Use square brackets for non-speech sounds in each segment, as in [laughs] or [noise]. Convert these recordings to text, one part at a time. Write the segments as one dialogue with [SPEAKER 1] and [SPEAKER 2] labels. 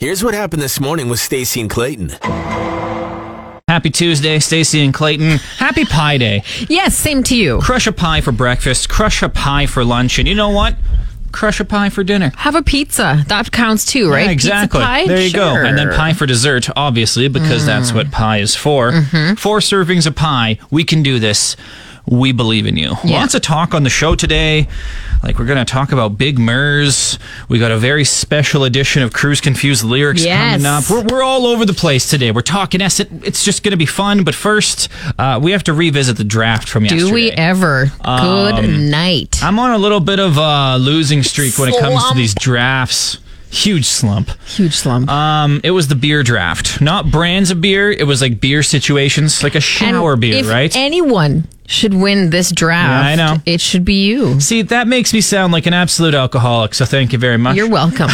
[SPEAKER 1] Here's what happened this morning with Stacy and Clayton.
[SPEAKER 2] Happy Tuesday, Stacy and Clayton. Happy Pie Day.
[SPEAKER 3] Yes, same to you.
[SPEAKER 2] Crush a pie for breakfast, crush a pie for lunch, and you know what? Crush a pie for dinner.
[SPEAKER 3] Have a pizza. That counts too, right?
[SPEAKER 2] Yeah, exactly.
[SPEAKER 3] Pizza pie?
[SPEAKER 2] There you
[SPEAKER 3] Sure. Mm.
[SPEAKER 2] go. And then pie for dessert, obviously, because that's what pie is for.
[SPEAKER 3] Mm-hmm.
[SPEAKER 2] Four servings of pie. We can do this. We believe in you.
[SPEAKER 3] Yeah.
[SPEAKER 2] Lots of talk on the show today. Like, we're going to talk about Big Mers. We got a very special edition of Cruise Confused Lyrics
[SPEAKER 3] Yes.
[SPEAKER 2] coming up. We're, we're all over the place today. We're talking S. It's just going to be fun. But first, uh, we have to revisit the draft from yesterday.
[SPEAKER 3] Do we ever? Good night.
[SPEAKER 2] I'm on a little bit of a losing streak when it comes to
[SPEAKER 3] Slump.
[SPEAKER 2] these drafts. Huge slump.
[SPEAKER 3] Huge slump.
[SPEAKER 2] Um, it was the beer draft, not brands of beer. It was like beer situations, like a
[SPEAKER 3] And
[SPEAKER 2] shower beer,
[SPEAKER 3] if
[SPEAKER 2] right?
[SPEAKER 3] Anyone should win this draft.
[SPEAKER 2] Yeah, I know.
[SPEAKER 3] It should be you.
[SPEAKER 2] See, that makes me sound like an absolute alcoholic. So thank you very much.
[SPEAKER 3] You're
[SPEAKER 2] [laughs]
[SPEAKER 3] welcome.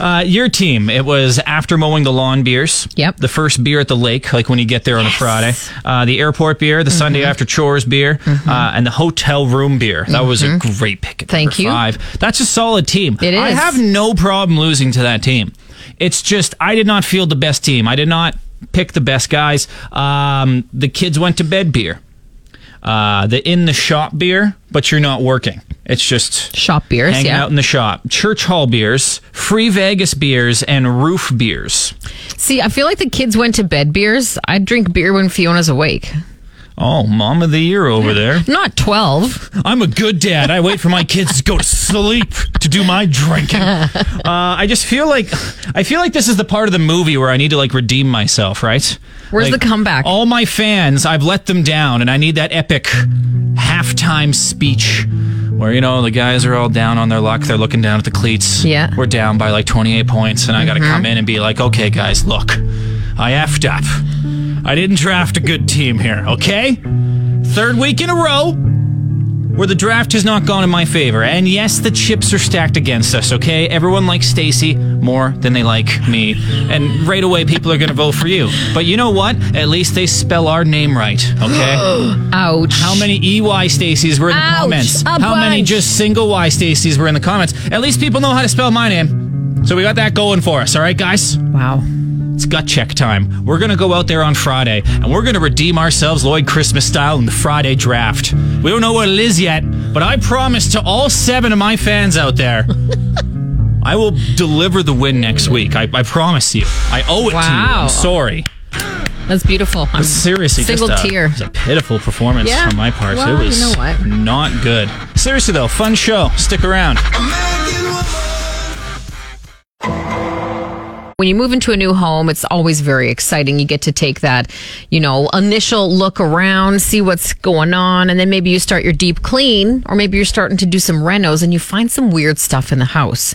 [SPEAKER 2] uh, your team. It was after mowing the lawn beers.
[SPEAKER 3] Yep.
[SPEAKER 2] The first beer at the lake, like when you get there on a Friday. Uh, the airport beer, the Sunday
[SPEAKER 3] Mm-hmm.
[SPEAKER 2] after chores beer, uh, and the hotel room beer. That was a great pick. At
[SPEAKER 3] Mm-hmm. Thank
[SPEAKER 2] number
[SPEAKER 3] you.
[SPEAKER 2] Five. That's a solid team.
[SPEAKER 3] It
[SPEAKER 2] I
[SPEAKER 3] is.
[SPEAKER 2] have no problem losing to that team. It's just I did not field the best team. I did not pick the best guys. Um, the kids went to bed beer. Uh, the in the shop beer, but you're not working. It's just
[SPEAKER 3] Shop beers,
[SPEAKER 2] hanging
[SPEAKER 3] yeah.
[SPEAKER 2] out in the shop. Church hall beers, free Vegas beers, and roof beers.
[SPEAKER 3] See, I feel like the kids went to bed beers. I drink beer when Fiona's awake.
[SPEAKER 2] Oh, mom of the year
[SPEAKER 3] [laughs]
[SPEAKER 2] over there.
[SPEAKER 3] Not 12.
[SPEAKER 2] I'm a good dad. I wait for my kids to go to sleep to do my
[SPEAKER 3] [laughs]
[SPEAKER 2] drinking. Uh, I just feel like I feel like this is the part of the movie where I need to like redeem myself, right?
[SPEAKER 3] Where's
[SPEAKER 2] Like,
[SPEAKER 3] the comeback?
[SPEAKER 2] All my fans, I've let them down, and I need that epic halftime speech where you know the guys are all down on their luck. They're looking down at the cleats.
[SPEAKER 3] Yeah.
[SPEAKER 2] we're down by like 28 points, and I got to come in and be like, okay, guys, look, I effed up. I didn't draft a good team here. Okay, third week in a row where the draft has not gone in my favor. And yes, the chips are stacked against us, okay? Everyone likes Stacy more than they like me. And right away people are going to vote for you. But you know what? At least they spell our name right, okay?
[SPEAKER 3] Ouch.
[SPEAKER 2] How many EY Stacy's were in the
[SPEAKER 3] Ouch,
[SPEAKER 2] comments?
[SPEAKER 3] a
[SPEAKER 2] How many
[SPEAKER 3] bunch.
[SPEAKER 2] just single Y Stacy's were in the comments? At least people know how to spell my name. So we got that going for us, all right, guys?
[SPEAKER 3] Wow.
[SPEAKER 2] It's gut check time. We're going to go out there on Friday and we're going to redeem ourselves Lloyd Christmas style in the Friday draft. We don't know what it is yet, but I promise to all seven of my fans out
[SPEAKER 3] [laughs]
[SPEAKER 2] there, I will deliver the win next week. I, I promise you. I owe it to you.
[SPEAKER 3] Wow.
[SPEAKER 2] I'm sorry.
[SPEAKER 3] That's beautiful. I'm
[SPEAKER 2] Seriously,
[SPEAKER 3] Single
[SPEAKER 2] just uh, a,
[SPEAKER 3] tier.
[SPEAKER 2] It's a pitiful performance
[SPEAKER 3] Yeah.
[SPEAKER 2] on my part.
[SPEAKER 3] Well,
[SPEAKER 2] it
[SPEAKER 3] you
[SPEAKER 2] was
[SPEAKER 3] know what?
[SPEAKER 2] not good. Seriously, though, fun show. Stick around.
[SPEAKER 3] When you move into a new home, it's always very exciting. You get to take that, you know, initial look around, see what's going on, and then maybe you start your deep clean, or maybe you're starting to do some renos and you find some weird stuff in the house.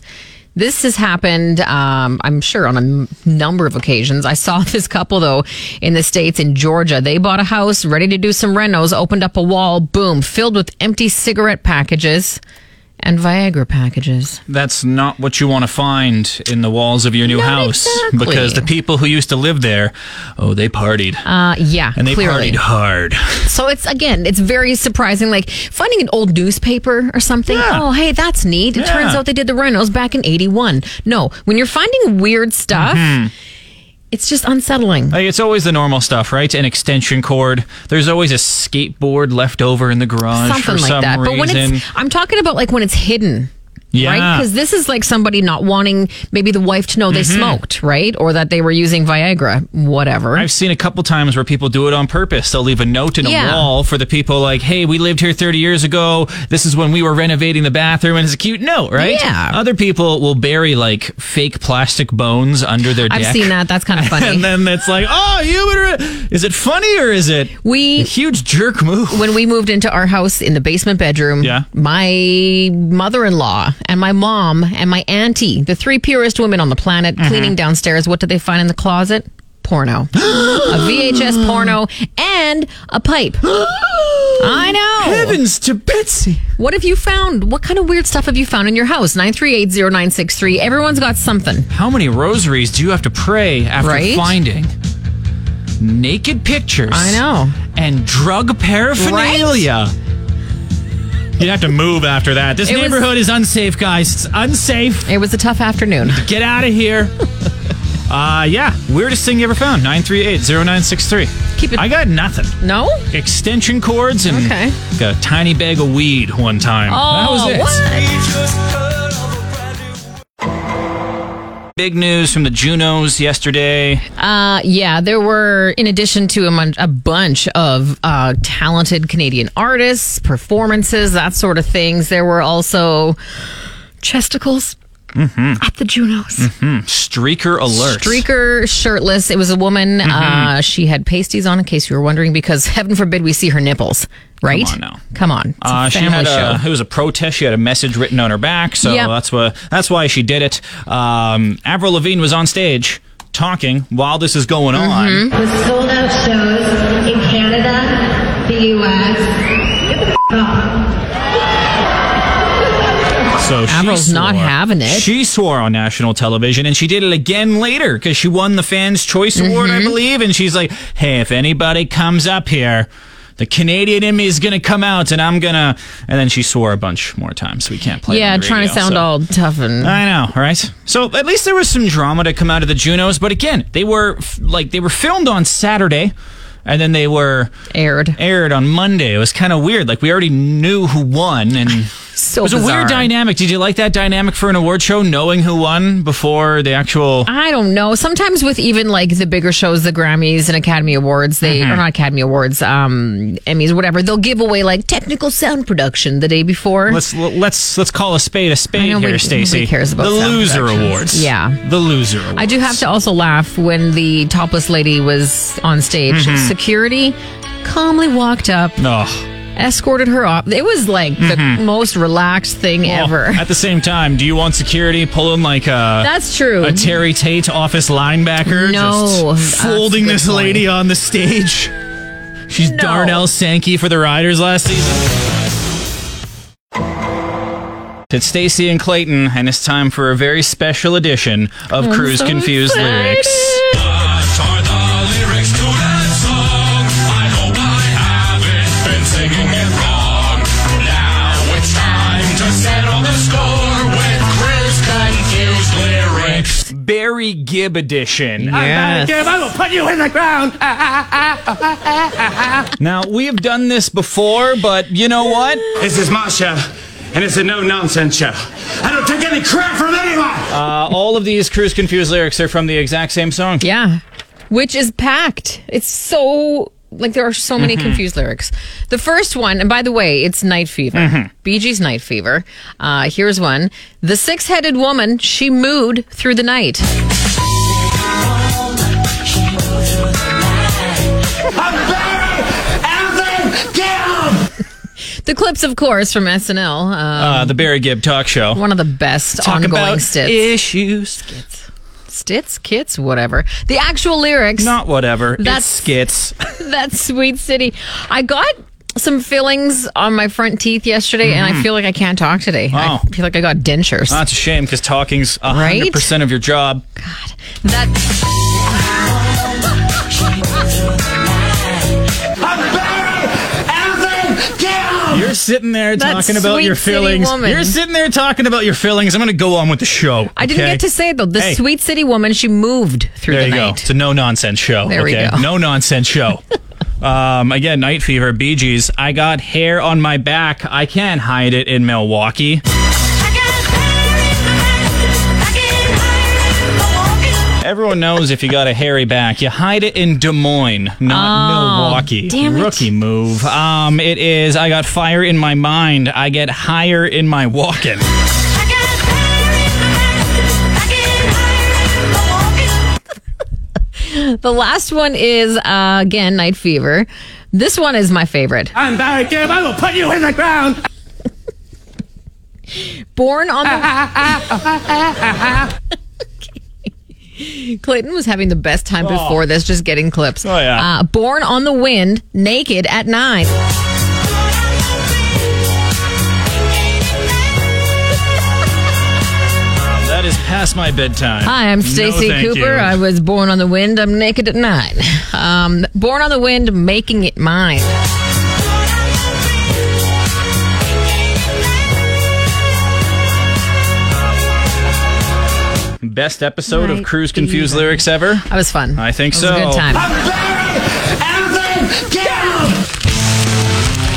[SPEAKER 3] This has happened, um, I'm sure, on a m- number of occasions. I saw [laughs] this couple, though, in the States, in Georgia. They bought a house, ready to do some renos, opened up a wall, boom, filled with empty cigarette packages and Viagra packages.
[SPEAKER 2] That's not what you want to find in the walls of your new
[SPEAKER 3] Not
[SPEAKER 2] house
[SPEAKER 3] exactly.
[SPEAKER 2] because the people who used to live there, oh, they partied.
[SPEAKER 3] Uh, yeah,
[SPEAKER 2] and they
[SPEAKER 3] clearly.
[SPEAKER 2] partied hard.
[SPEAKER 3] So it's again, it's very surprising. Like finding an old newspaper or something.
[SPEAKER 2] Yeah.
[SPEAKER 3] Oh, hey, that's neat. It
[SPEAKER 2] Yeah.
[SPEAKER 3] turns out they did the rhinos back in '81. No, when you're finding weird stuff,
[SPEAKER 2] Mm-hmm.
[SPEAKER 3] it's just unsettling.
[SPEAKER 2] Like, it's always the normal stuff, right? An extension cord. There's always a skateboard left over in the garage
[SPEAKER 3] Something
[SPEAKER 2] for
[SPEAKER 3] like
[SPEAKER 2] some
[SPEAKER 3] that.
[SPEAKER 2] reason.
[SPEAKER 3] But when it's, I'm talking about like when it's hidden.
[SPEAKER 2] yeah. Mm-hmm.
[SPEAKER 3] Right? Because this is like somebody not wanting maybe the wife to know they smoked, right? Or that they were using Viagra, whatever.
[SPEAKER 2] I've seen a couple times where people do it on purpose. They'll leave a note in a
[SPEAKER 3] Yeah.
[SPEAKER 2] wall for the people like, "Hey, we lived here 30 years ago. This is when we were renovating the bathroom." And it's a cute note, right?
[SPEAKER 3] Yeah.
[SPEAKER 2] Other people will bury like fake plastic bones under their
[SPEAKER 3] I've
[SPEAKER 2] deck.
[SPEAKER 3] seen that. That's kind of funny.
[SPEAKER 2] [laughs] And then it's like, "Oh, human re- Is it funny or is it
[SPEAKER 3] we
[SPEAKER 2] a huge jerk move?"
[SPEAKER 3] when [gasps] we moved into our house in the basement bedroom,
[SPEAKER 2] Yeah.
[SPEAKER 3] my mother in law and my mom and my auntie, the three purest women on the planet,
[SPEAKER 2] Mm-hmm.
[SPEAKER 3] cleaning downstairs, what did they find in the closet? Porno.
[SPEAKER 2] [gasps]
[SPEAKER 3] a VHS porno and a pipe. I know.
[SPEAKER 2] Heavens to Betsy.
[SPEAKER 3] What have you found? What kind of weird stuff have you found in your house? 9380963. Everyone's got something.
[SPEAKER 2] How many rosaries do you have to pray after
[SPEAKER 3] Right?
[SPEAKER 2] finding naked pictures?
[SPEAKER 3] I know.
[SPEAKER 2] And drug paraphernalia. You'd have to move after that. This
[SPEAKER 3] It was-
[SPEAKER 2] neighborhood is unsafe, guys. It's unsafe.
[SPEAKER 3] It was a tough afternoon. [laughs]
[SPEAKER 2] Get out of here. Uh, yeah, weirdest thing you ever found 938-0963.
[SPEAKER 3] Keep it-
[SPEAKER 2] I got nothing.
[SPEAKER 3] No?
[SPEAKER 2] Extension cords and
[SPEAKER 3] Okay.
[SPEAKER 2] got a tiny bag of weed one time. that was
[SPEAKER 3] Oh,
[SPEAKER 2] it.
[SPEAKER 3] what?
[SPEAKER 2] Big news from the Junos yesterday.
[SPEAKER 3] Uh, yeah, there were, in addition to a, mun- a bunch of uh, talented Canadian artists, performances, that sort of things, there were also chesticles at the Junos.
[SPEAKER 2] Streaker alert.
[SPEAKER 3] Streaker shirtless. It was a woman.
[SPEAKER 2] Mm-hmm.
[SPEAKER 3] Uh, she had pasties on, in case you were wondering, because heaven forbid we see her nipples, right?
[SPEAKER 2] on now.
[SPEAKER 3] Come on. It's a
[SPEAKER 2] Uh, she
[SPEAKER 3] family
[SPEAKER 2] had a,
[SPEAKER 3] show.
[SPEAKER 2] it was a protest. She had a message written on her back, so
[SPEAKER 3] Yep.
[SPEAKER 2] that's what that's why she did it. Um, Avril Lavigne was on stage talking while this is going on.
[SPEAKER 3] Mm-hmm.
[SPEAKER 4] with sold out shows in Canada, the US. Get the f- off.
[SPEAKER 2] So she
[SPEAKER 3] Avril's not
[SPEAKER 2] swore-
[SPEAKER 3] having it.
[SPEAKER 2] She swore on national television, and she did it again later because she won the Fans Choice Award,
[SPEAKER 3] Mm-hmm.
[SPEAKER 2] I believe. And she's like, "Hey, if anybody comes up here." The Canadian in me is gonna come out, and I'm gonna. And then she swore a bunch more times. So we can't play. it
[SPEAKER 3] yeah,
[SPEAKER 2] on the
[SPEAKER 3] trying to
[SPEAKER 2] radio,
[SPEAKER 3] sound
[SPEAKER 2] so.
[SPEAKER 3] all tough and.
[SPEAKER 2] I know, right? So at least there was some drama to come out of the Junos, but again, they were f- like they were filmed on Saturday, and then they were
[SPEAKER 3] Aired.
[SPEAKER 2] aired on Monday. It was kind of weird. Like we already knew who won,
[SPEAKER 3] [laughs]
[SPEAKER 2] and
[SPEAKER 3] So
[SPEAKER 2] it was a
[SPEAKER 3] bizarre.
[SPEAKER 2] weird dynamic. Did you like that dynamic for an award show, knowing who won before the actual?
[SPEAKER 3] I don't know. Sometimes with even like the bigger shows, the Grammys and Academy Awards, they
[SPEAKER 2] Mm-hmm.
[SPEAKER 3] are not Academy Awards, um, Emmys, whatever. They'll give away like technical sound production the day before.
[SPEAKER 2] Let's let's let's call a spade a spade
[SPEAKER 3] nobody-
[SPEAKER 2] here, Stacey.
[SPEAKER 3] nobody cares about
[SPEAKER 2] the
[SPEAKER 3] sound
[SPEAKER 2] loser
[SPEAKER 3] productions.
[SPEAKER 2] awards.
[SPEAKER 3] Yeah.
[SPEAKER 2] the loser. Awards.
[SPEAKER 3] I do have to also laugh when the topless lady was on stage.
[SPEAKER 2] Mm-hmm.
[SPEAKER 3] Security calmly walked up,
[SPEAKER 2] Ugh.
[SPEAKER 3] escorted her off. It was like the most relaxed thing
[SPEAKER 2] Mm-hmm. Well,
[SPEAKER 3] ever.
[SPEAKER 2] Oh, At the same time, do you want security pulling like uh, a
[SPEAKER 3] That's true.
[SPEAKER 2] a Terry Tate office linebacker
[SPEAKER 3] Mm-hmm. No,
[SPEAKER 2] just
[SPEAKER 3] that's
[SPEAKER 2] folding
[SPEAKER 3] a good
[SPEAKER 2] this
[SPEAKER 3] point.
[SPEAKER 2] lady on the stage. She's
[SPEAKER 3] No.
[SPEAKER 2] Darnell Sankey for the Riders last season. It's Stacy and Clayton, and it's time for a very special edition of
[SPEAKER 3] I'm
[SPEAKER 2] Cruise
[SPEAKER 3] so
[SPEAKER 2] Confused [laughs]
[SPEAKER 3] excited.
[SPEAKER 2] Lyrics.
[SPEAKER 5] What are the lyrics to that song? I hope I haven't been singing it wrong. Now it's time to settle the score with Chris Confused Lyrics.
[SPEAKER 2] Barry Gibb edition. Barry
[SPEAKER 3] Yes.
[SPEAKER 2] Gibb, I will put you in the ground. Ah, ah, ah, ah, ah, ah, ah, ah. now, we have done this before, but you know
[SPEAKER 3] [laughs]
[SPEAKER 2] what?
[SPEAKER 6] This is my show, and it's a no nonsense show. I don't take any crap from anyone!
[SPEAKER 2] Uh, all of these Cruise Confused lyrics are from the exact same song.
[SPEAKER 3] yeah. Which is packed. It's so like there are so many
[SPEAKER 2] Mm-hmm.
[SPEAKER 3] confused lyrics. The first one, and by the way, it's Night Fever.
[SPEAKER 2] Mm-hmm.
[SPEAKER 3] BG's Night Fever. Uh, here's one. The six headed woman, she mooed through the night.
[SPEAKER 6] I'm Barry Alvin Gibb!
[SPEAKER 3] The clips, of course, from SNL. Uh,
[SPEAKER 2] Uh, the Barry Gibb talk show.
[SPEAKER 3] one of the best
[SPEAKER 2] Oh. talk
[SPEAKER 3] ongoing
[SPEAKER 2] about
[SPEAKER 3] stits.
[SPEAKER 2] issues.
[SPEAKER 3] Stits, kits, whatever. The actual lyrics.
[SPEAKER 2] Not whatever.
[SPEAKER 3] That's-
[SPEAKER 2] That's skits.
[SPEAKER 3] [laughs] that sweet city. I got some fillings on my front teeth yesterday, and I feel like I can't talk today.
[SPEAKER 2] Mm-hmm. Wow.
[SPEAKER 3] I feel like I got dentures.
[SPEAKER 2] That's a shame because talking's
[SPEAKER 3] Right?
[SPEAKER 2] 100% of your job.
[SPEAKER 3] that
[SPEAKER 6] I'm Barry Alvin Gibb!
[SPEAKER 2] You're sitting there
[SPEAKER 3] That
[SPEAKER 2] talking about
[SPEAKER 3] sweet
[SPEAKER 2] your
[SPEAKER 3] city
[SPEAKER 2] feelings.
[SPEAKER 3] woman.
[SPEAKER 2] You're sitting there talking about your feelings. I'm going to go on with the show.
[SPEAKER 3] I didn't
[SPEAKER 2] okay?
[SPEAKER 3] get to say it though. The
[SPEAKER 2] Hey.
[SPEAKER 3] sweet city woman, she moved through
[SPEAKER 2] There you
[SPEAKER 3] the
[SPEAKER 2] go.
[SPEAKER 3] night.
[SPEAKER 2] It's a no nonsense show.
[SPEAKER 3] There we
[SPEAKER 2] okay?
[SPEAKER 3] go.
[SPEAKER 2] No nonsense
[SPEAKER 3] [laughs]
[SPEAKER 2] show. um, again, Night Fever, Bee Gees. I got hair on my back. I can't hide it in Milwaukee. Everyone knows if you got a hairy back, you hide it in Des Moines, not Milwaukee.
[SPEAKER 3] Oh, damn it.
[SPEAKER 2] Rookie move. Um, it is. I got fire in my mind. I get higher in my walking.
[SPEAKER 3] The last one is uh, again night fever. This one is my favorite.
[SPEAKER 6] I'm Barry Gibb, I will put you in the ground!
[SPEAKER 3] Born on the. [laughs] Clayton was having the best time before this, just getting clips.
[SPEAKER 2] Oh, yeah.
[SPEAKER 3] Uh, born on the wind, naked at nine.
[SPEAKER 2] That is past my bedtime.
[SPEAKER 3] Hi, I'm
[SPEAKER 2] No,
[SPEAKER 3] Stacy
[SPEAKER 2] thank
[SPEAKER 3] Cooper.
[SPEAKER 2] you.
[SPEAKER 3] I was born on the wind. I'm naked at night. Um, born on the wind, making it mine.
[SPEAKER 2] Best episode of
[SPEAKER 3] Might
[SPEAKER 2] Cruise
[SPEAKER 3] be
[SPEAKER 2] Confused
[SPEAKER 3] that-
[SPEAKER 2] Lyrics ever.
[SPEAKER 3] That was fun.
[SPEAKER 2] I think
[SPEAKER 3] It was a
[SPEAKER 2] so.
[SPEAKER 3] good time.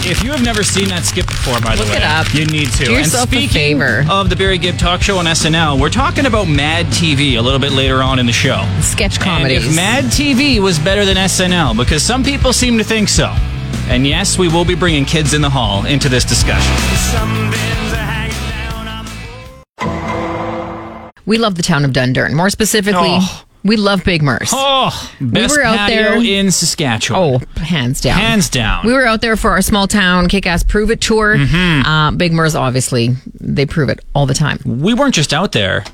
[SPEAKER 2] If you have never seen that skip before, by the
[SPEAKER 3] Look
[SPEAKER 2] way,
[SPEAKER 3] it up.
[SPEAKER 2] you need to.
[SPEAKER 3] Do yourself a
[SPEAKER 2] and speaking
[SPEAKER 3] favor.
[SPEAKER 2] of the Barry Gibb Talk Show on SNL, we're talking about Mad TV a little bit later on in the show.
[SPEAKER 3] Sketch
[SPEAKER 2] And
[SPEAKER 3] comedies.
[SPEAKER 2] if Mad TV was better than SNL, because some people seem to think so. And yes, we will be bringing kids in the hall into this discussion.
[SPEAKER 3] we love the town of Dundurn. More specifically,
[SPEAKER 2] Oh.
[SPEAKER 3] we love Big Merce.
[SPEAKER 2] Oh, best
[SPEAKER 3] were out
[SPEAKER 2] patio
[SPEAKER 3] there-
[SPEAKER 2] in Saskatchewan.
[SPEAKER 3] Oh, hands down.
[SPEAKER 2] Hands down. Mm-hmm.
[SPEAKER 3] We were out there for our small town kick ass prove it tour. Uh, Big Merce, obviously, they prove it all the time.
[SPEAKER 2] we weren't just out there.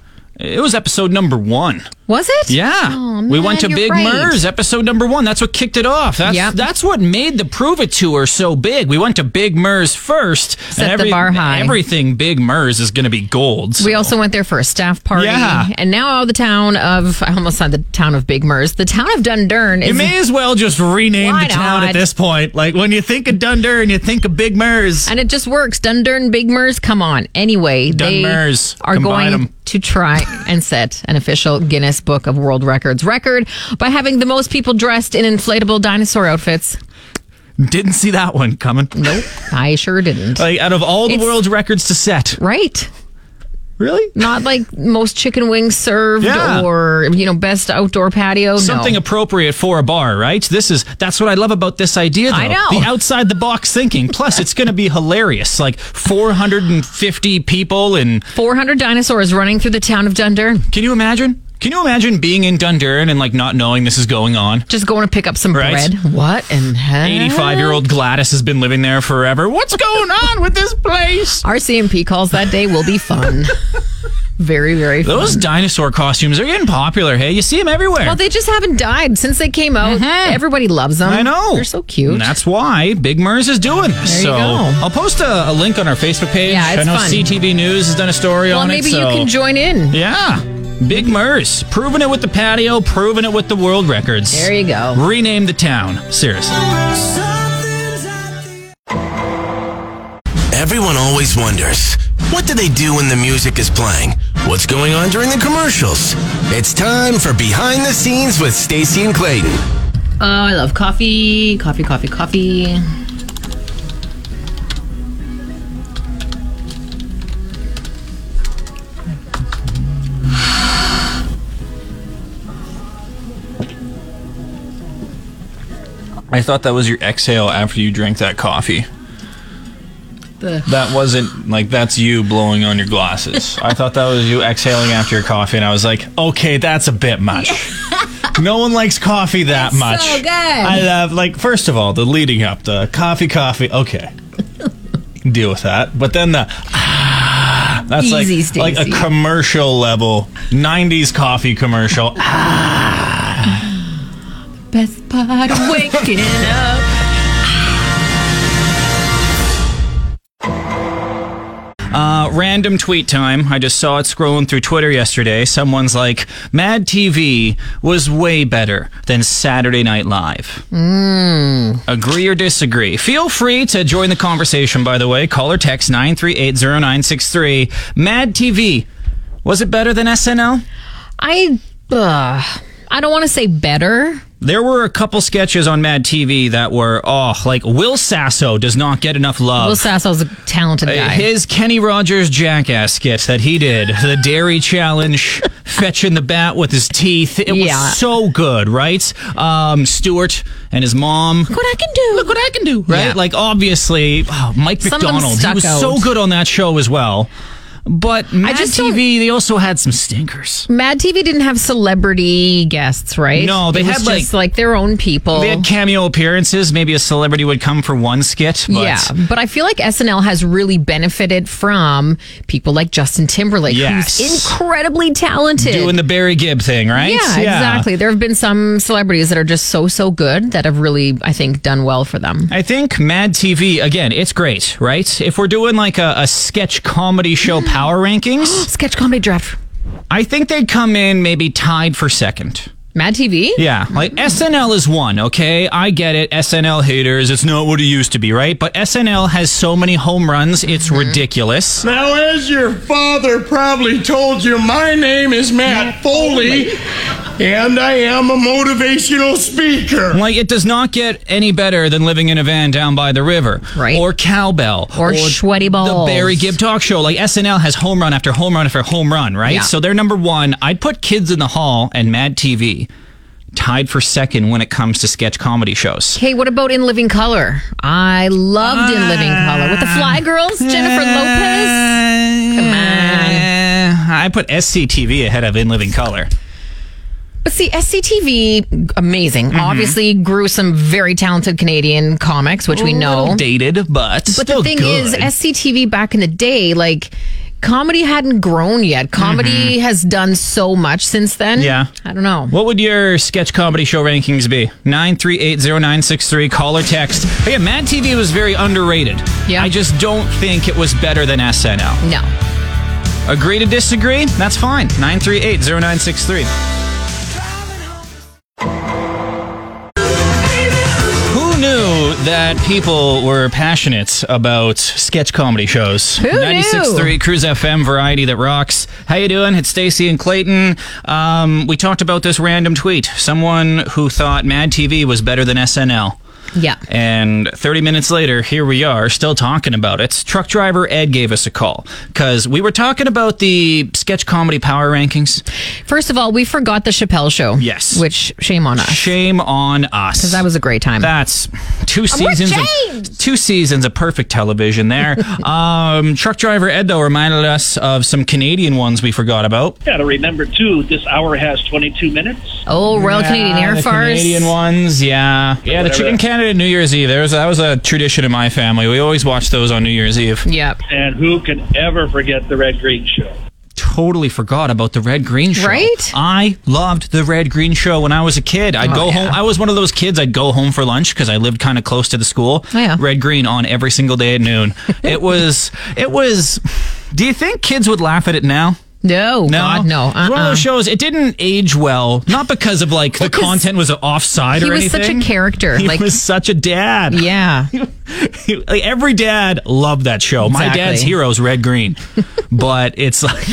[SPEAKER 2] It was episode number one.
[SPEAKER 3] Was it?
[SPEAKER 2] Yeah,
[SPEAKER 3] Oh,
[SPEAKER 2] we
[SPEAKER 3] man,
[SPEAKER 2] went to
[SPEAKER 3] you're
[SPEAKER 2] Big
[SPEAKER 3] right.
[SPEAKER 2] Mers, episode number one. That's what kicked it off. That's
[SPEAKER 3] Yep.
[SPEAKER 2] that's what made the Prove It tour so big. We went to Big Mers first.
[SPEAKER 3] Set the bar high.
[SPEAKER 2] Everything Big Mers is going to be gold. so-
[SPEAKER 3] We also went there for a staff party.
[SPEAKER 2] Yeah.
[SPEAKER 3] And now the town of, I almost said the town of Big Merce, the town of Dundurn
[SPEAKER 2] you
[SPEAKER 3] is.
[SPEAKER 2] may as well just rename
[SPEAKER 3] Why
[SPEAKER 2] the town
[SPEAKER 3] not?
[SPEAKER 2] at this point. Like when you think of Dundurn, you think of Big Mers.
[SPEAKER 3] and it just works. Dundurn, Big Mers, come on. Anyway, they
[SPEAKER 2] Dunmers,
[SPEAKER 3] are
[SPEAKER 2] combine
[SPEAKER 3] going
[SPEAKER 2] 'em.
[SPEAKER 3] to try and set an official Guinness Book of World Records record by having the most people dressed in inflatable dinosaur outfits.
[SPEAKER 2] Didn't see that one coming. [laughs]
[SPEAKER 3] Nope, I sure didn't.
[SPEAKER 2] Like out of all the
[SPEAKER 3] It's-
[SPEAKER 2] world's records to set,
[SPEAKER 3] Right.
[SPEAKER 2] really?
[SPEAKER 3] Not like most chicken wings served
[SPEAKER 2] Yeah.
[SPEAKER 3] or, you know, best outdoor patio. No.
[SPEAKER 2] something appropriate for a bar, right? This is that's what I love about this idea. Though.
[SPEAKER 3] I know.
[SPEAKER 2] the outside the box thinking. Plus, it's going to be hilarious. Like 450 people, and
[SPEAKER 3] 400 dinosaurs running through the town of Dundurn.
[SPEAKER 2] can you imagine? Can you imagine being in Dundurn and like not knowing this is going on?
[SPEAKER 3] Just going to pick up some
[SPEAKER 2] Right.
[SPEAKER 3] bread. What in heck?
[SPEAKER 2] 85 year old Gladys has been living there forever. What's going on with this place?
[SPEAKER 3] RCMP calls that day will be
[SPEAKER 2] [laughs]
[SPEAKER 3] fun. very, very fun.
[SPEAKER 2] Those dinosaur costumes are getting popular. Hey, you see them everywhere.
[SPEAKER 3] well, they just haven't died since they came out. Everybody loves them.
[SPEAKER 2] Mm-hmm. I know.
[SPEAKER 3] They're so cute.
[SPEAKER 2] And that's why Big Mers is doing this.
[SPEAKER 3] There
[SPEAKER 2] so
[SPEAKER 3] you go.
[SPEAKER 2] I'll post a, a link on our Facebook page.
[SPEAKER 3] Yeah, it's
[SPEAKER 2] I know
[SPEAKER 3] fun.
[SPEAKER 2] CTV News has done a story
[SPEAKER 3] well,
[SPEAKER 2] on
[SPEAKER 3] maybe
[SPEAKER 2] it.
[SPEAKER 3] you
[SPEAKER 2] so-
[SPEAKER 3] can join in.
[SPEAKER 2] Yeah. Big Mers. Proving it with the patio, proving it with the world records.
[SPEAKER 3] There you go.
[SPEAKER 2] Rename the town. Seriously.
[SPEAKER 1] Everyone always wonders what do they do when the music is playing? What's going on during the commercials? It's time for Behind the Scenes with Stacy and Clayton.
[SPEAKER 3] Oh, I love coffee. Coffee, coffee, coffee.
[SPEAKER 2] I thought that was your exhale after you drank that coffee.
[SPEAKER 3] The-
[SPEAKER 2] That wasn't like that's you blowing on your
[SPEAKER 3] [laughs]
[SPEAKER 2] glasses. I thought that was you exhaling after your coffee, and I was like, okay, that's a bit
[SPEAKER 3] [laughs]
[SPEAKER 2] much. no one likes coffee that much.
[SPEAKER 3] so good.
[SPEAKER 2] I love like first of all the leading up, the coffee, coffee.
[SPEAKER 3] [laughs]
[SPEAKER 2] Okay, deal with that. But then the ah, that's
[SPEAKER 3] Easy, Stacey.
[SPEAKER 2] like like a commercial level '90s coffee commercial.
[SPEAKER 3] [laughs] Best part of waking up.
[SPEAKER 2] Uh, random tweet time. I just saw it scrolling through Twitter yesterday. Someone's like, Mad TV was way better than Saturday Night Live. Agree or disagree? Feel free to join the conversation, by the way. Call or text 9380963. Mad TV, was it better than SNL?
[SPEAKER 3] [laughs] I, uh, I don't want to say better.
[SPEAKER 2] There were a couple sketches on Mad TV that were, oh, like Will Sasso does not get enough love.
[SPEAKER 3] Will Sasso's a talented
[SPEAKER 2] Uh,
[SPEAKER 3] guy.
[SPEAKER 2] His Kenny Rogers jackass sketch that he did, the dairy
[SPEAKER 3] [laughs]
[SPEAKER 2] challenge, fetching the bat with his teeth. It
[SPEAKER 3] Yeah.
[SPEAKER 2] was so good, right? Um, Stuart and his mom.
[SPEAKER 3] Look what I can do. Look what I can do.
[SPEAKER 2] Right? Like, obviously, oh, Mike
[SPEAKER 3] Some of them
[SPEAKER 2] McDonald. He
[SPEAKER 3] stuck
[SPEAKER 2] was so
[SPEAKER 3] out.
[SPEAKER 2] good on that show as well. But Mad
[SPEAKER 3] just don't-
[SPEAKER 2] TV, they also had some stinkers.
[SPEAKER 3] Mad TV didn't have celebrity guests, right?
[SPEAKER 2] No, they
[SPEAKER 3] It was
[SPEAKER 2] had, like-
[SPEAKER 3] just like their own people.
[SPEAKER 2] They had cameo appearances. Maybe a celebrity would come for one skit. But
[SPEAKER 3] yeah, but I feel like SNL has really benefited from people like Justin Timberlake,
[SPEAKER 2] Yes.
[SPEAKER 3] who's incredibly talented.
[SPEAKER 2] Doing the Barry Gibb thing, right?
[SPEAKER 3] yeah, exactly. There have been some celebrities that are just so so good that have really, I think, done well for them.
[SPEAKER 2] I think Mad TV, again, it's great, right? If we're doing like a, a sketch comedy show
[SPEAKER 3] [gasps]
[SPEAKER 2] power rankings,
[SPEAKER 3] Sketch comedy draft.
[SPEAKER 2] I think they'd come in maybe tied for second.
[SPEAKER 3] Mad TV?
[SPEAKER 2] Yeah, like SNL is one, okay? I get it. SNL haters, it's not what it used to be, right? But SNL has so many home runs, it's ridiculous.
[SPEAKER 7] Now, as your father probably told you, my name is Matt Foley, and I am a motivational speaker.
[SPEAKER 2] Like, it does not get any better than living in a van down by the river.
[SPEAKER 3] Right.
[SPEAKER 2] Or Cowbell.
[SPEAKER 3] Or Sweaty Balls.
[SPEAKER 2] The Barry Gibb talk show. Like, SNL has home run after home run after home run, right?
[SPEAKER 3] Yeah.
[SPEAKER 2] So they're number one. I'd put Kids in the Hall and Mad TV tied for second when it comes to sketch comedy shows.
[SPEAKER 3] Okay, what about In Living Color? I loved In Living Color with the
[SPEAKER 2] Ah.
[SPEAKER 3] Fly Girls, Jennifer Lopez. Come on.
[SPEAKER 2] I put SCTV ahead of In Living Color.
[SPEAKER 3] But see, SCTV, amazing.
[SPEAKER 2] Mm-hmm.
[SPEAKER 3] Obviously, grew some very talented Canadian comics, which we know.
[SPEAKER 2] dated, but
[SPEAKER 3] Oh. But the thing is, SCTV back in the day, like comedy hadn't grown yet. Comedy has done so much since then.
[SPEAKER 2] Mm-hmm. Yeah.
[SPEAKER 3] I don't know.
[SPEAKER 2] what would your sketch comedy show rankings be? Nine three eight zero nine six three. Call or text. But yeah, Mad TV was very underrated.
[SPEAKER 3] Yeah.
[SPEAKER 2] I just don't think it was better than SNL.
[SPEAKER 3] No.
[SPEAKER 2] Agree to disagree? That's fine. Nine three eight zero nine six three. Who knew that people were passionate about sketch comedy shows?
[SPEAKER 3] Who knew?
[SPEAKER 2] 96.3 Cruise FM variety that rocks. How you doing? It's Stacy and Clayton. Um, we talked about this random tweet. Someone who thought Mad TV was better than SNL.
[SPEAKER 3] Yeah.
[SPEAKER 2] And 30 minutes later, here we are, still talking about it. Truck driver Ed gave us a call because we were talking about the sketch comedy power rankings.
[SPEAKER 3] First of all, we forgot the Chappelle show.
[SPEAKER 2] Yes.
[SPEAKER 3] Which shame on us.
[SPEAKER 2] Shame on us.
[SPEAKER 3] That was a great time.
[SPEAKER 2] That's two seasons.
[SPEAKER 3] James.
[SPEAKER 2] Of, two seasons of perfect television
[SPEAKER 3] [laughs]
[SPEAKER 2] there. um, truck driver Ed though reminded us of some Canadian ones we forgot about.
[SPEAKER 8] Got to remember too, this hour has 22 minutes.
[SPEAKER 3] oh, Royal Canadian
[SPEAKER 2] Yeah,
[SPEAKER 3] Air
[SPEAKER 2] the
[SPEAKER 3] Force.
[SPEAKER 2] Canadian ones, yeah, yeah. The
[SPEAKER 8] Whatever.
[SPEAKER 2] Chicken Canada New Year's Eve. There was that was a tradition in my family. We always watched those on New Year's Eve.
[SPEAKER 3] Yep.
[SPEAKER 8] And who can ever forget the Red Green Show?
[SPEAKER 2] Totally forgot about the Red Green Show.
[SPEAKER 3] Right? Oh,
[SPEAKER 2] I loved the Red Green Show when I was a kid. I'd go
[SPEAKER 3] yeah.
[SPEAKER 2] home. I was one of those kids. I'd go home for lunch because I lived kind of close to the school.
[SPEAKER 3] Oh, yeah.
[SPEAKER 2] Red Green on every single day at
[SPEAKER 3] [laughs]
[SPEAKER 2] noon. it was. It was. Do you think kids would laugh at it now?
[SPEAKER 3] No.
[SPEAKER 2] No,
[SPEAKER 3] God, no.
[SPEAKER 2] It's one of
[SPEAKER 3] Uh-uh.
[SPEAKER 2] those shows. It didn't age well, not because of like the
[SPEAKER 3] Because
[SPEAKER 2] content was offside
[SPEAKER 3] he
[SPEAKER 2] or
[SPEAKER 3] was such a
[SPEAKER 2] anything.
[SPEAKER 3] character,
[SPEAKER 2] He
[SPEAKER 3] like-
[SPEAKER 2] was such a dad.
[SPEAKER 3] Yeah.
[SPEAKER 2] [laughs] Like, every dad loved that show. My
[SPEAKER 3] Exactly.
[SPEAKER 2] dad's hero is Red
[SPEAKER 3] [laughs]
[SPEAKER 2] Green, but it's like,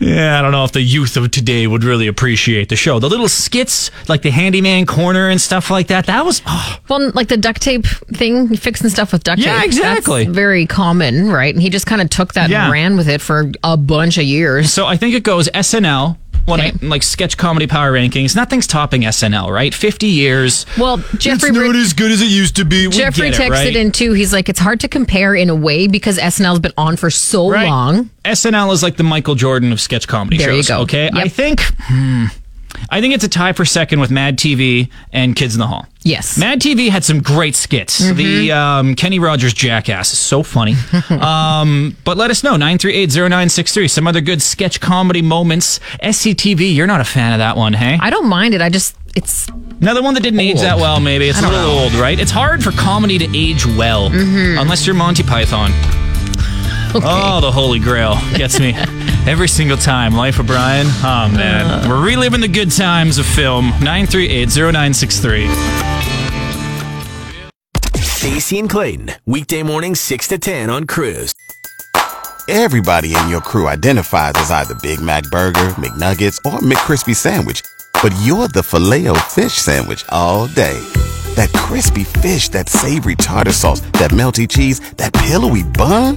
[SPEAKER 2] yeah, I don't know if the youth of today would really appreciate the show. The little skits, like the handyman corner and stuff like that. That was oh,
[SPEAKER 3] Well, like the duct tape thing, fixing stuff with duct
[SPEAKER 2] Yeah,
[SPEAKER 3] tape. That's
[SPEAKER 2] exactly.
[SPEAKER 3] very common, right? And he just kind of took that
[SPEAKER 2] Yeah.
[SPEAKER 3] and ran with it for a bunch of years.
[SPEAKER 2] so. I think it goes SNL. When I,
[SPEAKER 3] Okay.
[SPEAKER 2] like sketch comedy power rankings, nothing's topping SNL, right? Fifty years.
[SPEAKER 3] Well, Jeffrey
[SPEAKER 2] it's
[SPEAKER 3] Bri-
[SPEAKER 2] not as good as it used to be. We
[SPEAKER 3] Jeffrey
[SPEAKER 2] get it,
[SPEAKER 3] texted
[SPEAKER 2] right?
[SPEAKER 3] in too. He's like, it's hard to compare in a way because SNL's been on for so
[SPEAKER 2] Right.
[SPEAKER 3] long.
[SPEAKER 2] SNL is like the Michael Jordan of sketch comedy
[SPEAKER 3] There you
[SPEAKER 2] shows.
[SPEAKER 3] go.
[SPEAKER 2] Okay,
[SPEAKER 3] Yep.
[SPEAKER 2] I think, hmm, I think it's a tie for second with Mad TV and Kids in the Hall.
[SPEAKER 3] Yes. Mm-hmm.
[SPEAKER 2] Mad TV had some great skits. The um, Kenny Rogers Jackass is so
[SPEAKER 3] [laughs]
[SPEAKER 2] funny. um, but let us know nine three eight zero nine six three. Some other good sketch comedy moments. SCTV, you're not a fan of that one, hey?
[SPEAKER 3] I don't mind it. I just, it's
[SPEAKER 2] Another one that didn't age that well. Maybe it's a little old, right? It's hard for comedy to age well, unless you're Monty Python.
[SPEAKER 3] okay.
[SPEAKER 2] Oh, the Holy Grail gets me every single time. Life of Brian. Oh man, we're reliving the good times of film. Nine three eight zero nine six three.
[SPEAKER 1] Stacey and Clayton, weekday morning 6 to 10 on Cruise.
[SPEAKER 9] Everybody in your crew identifies as either Big Mac Burger, McNuggets, or McCrispy Sandwich. But you're the filet fish Sandwich all day. That crispy fish, that savory tartar sauce, that melty cheese, that pillowy bun.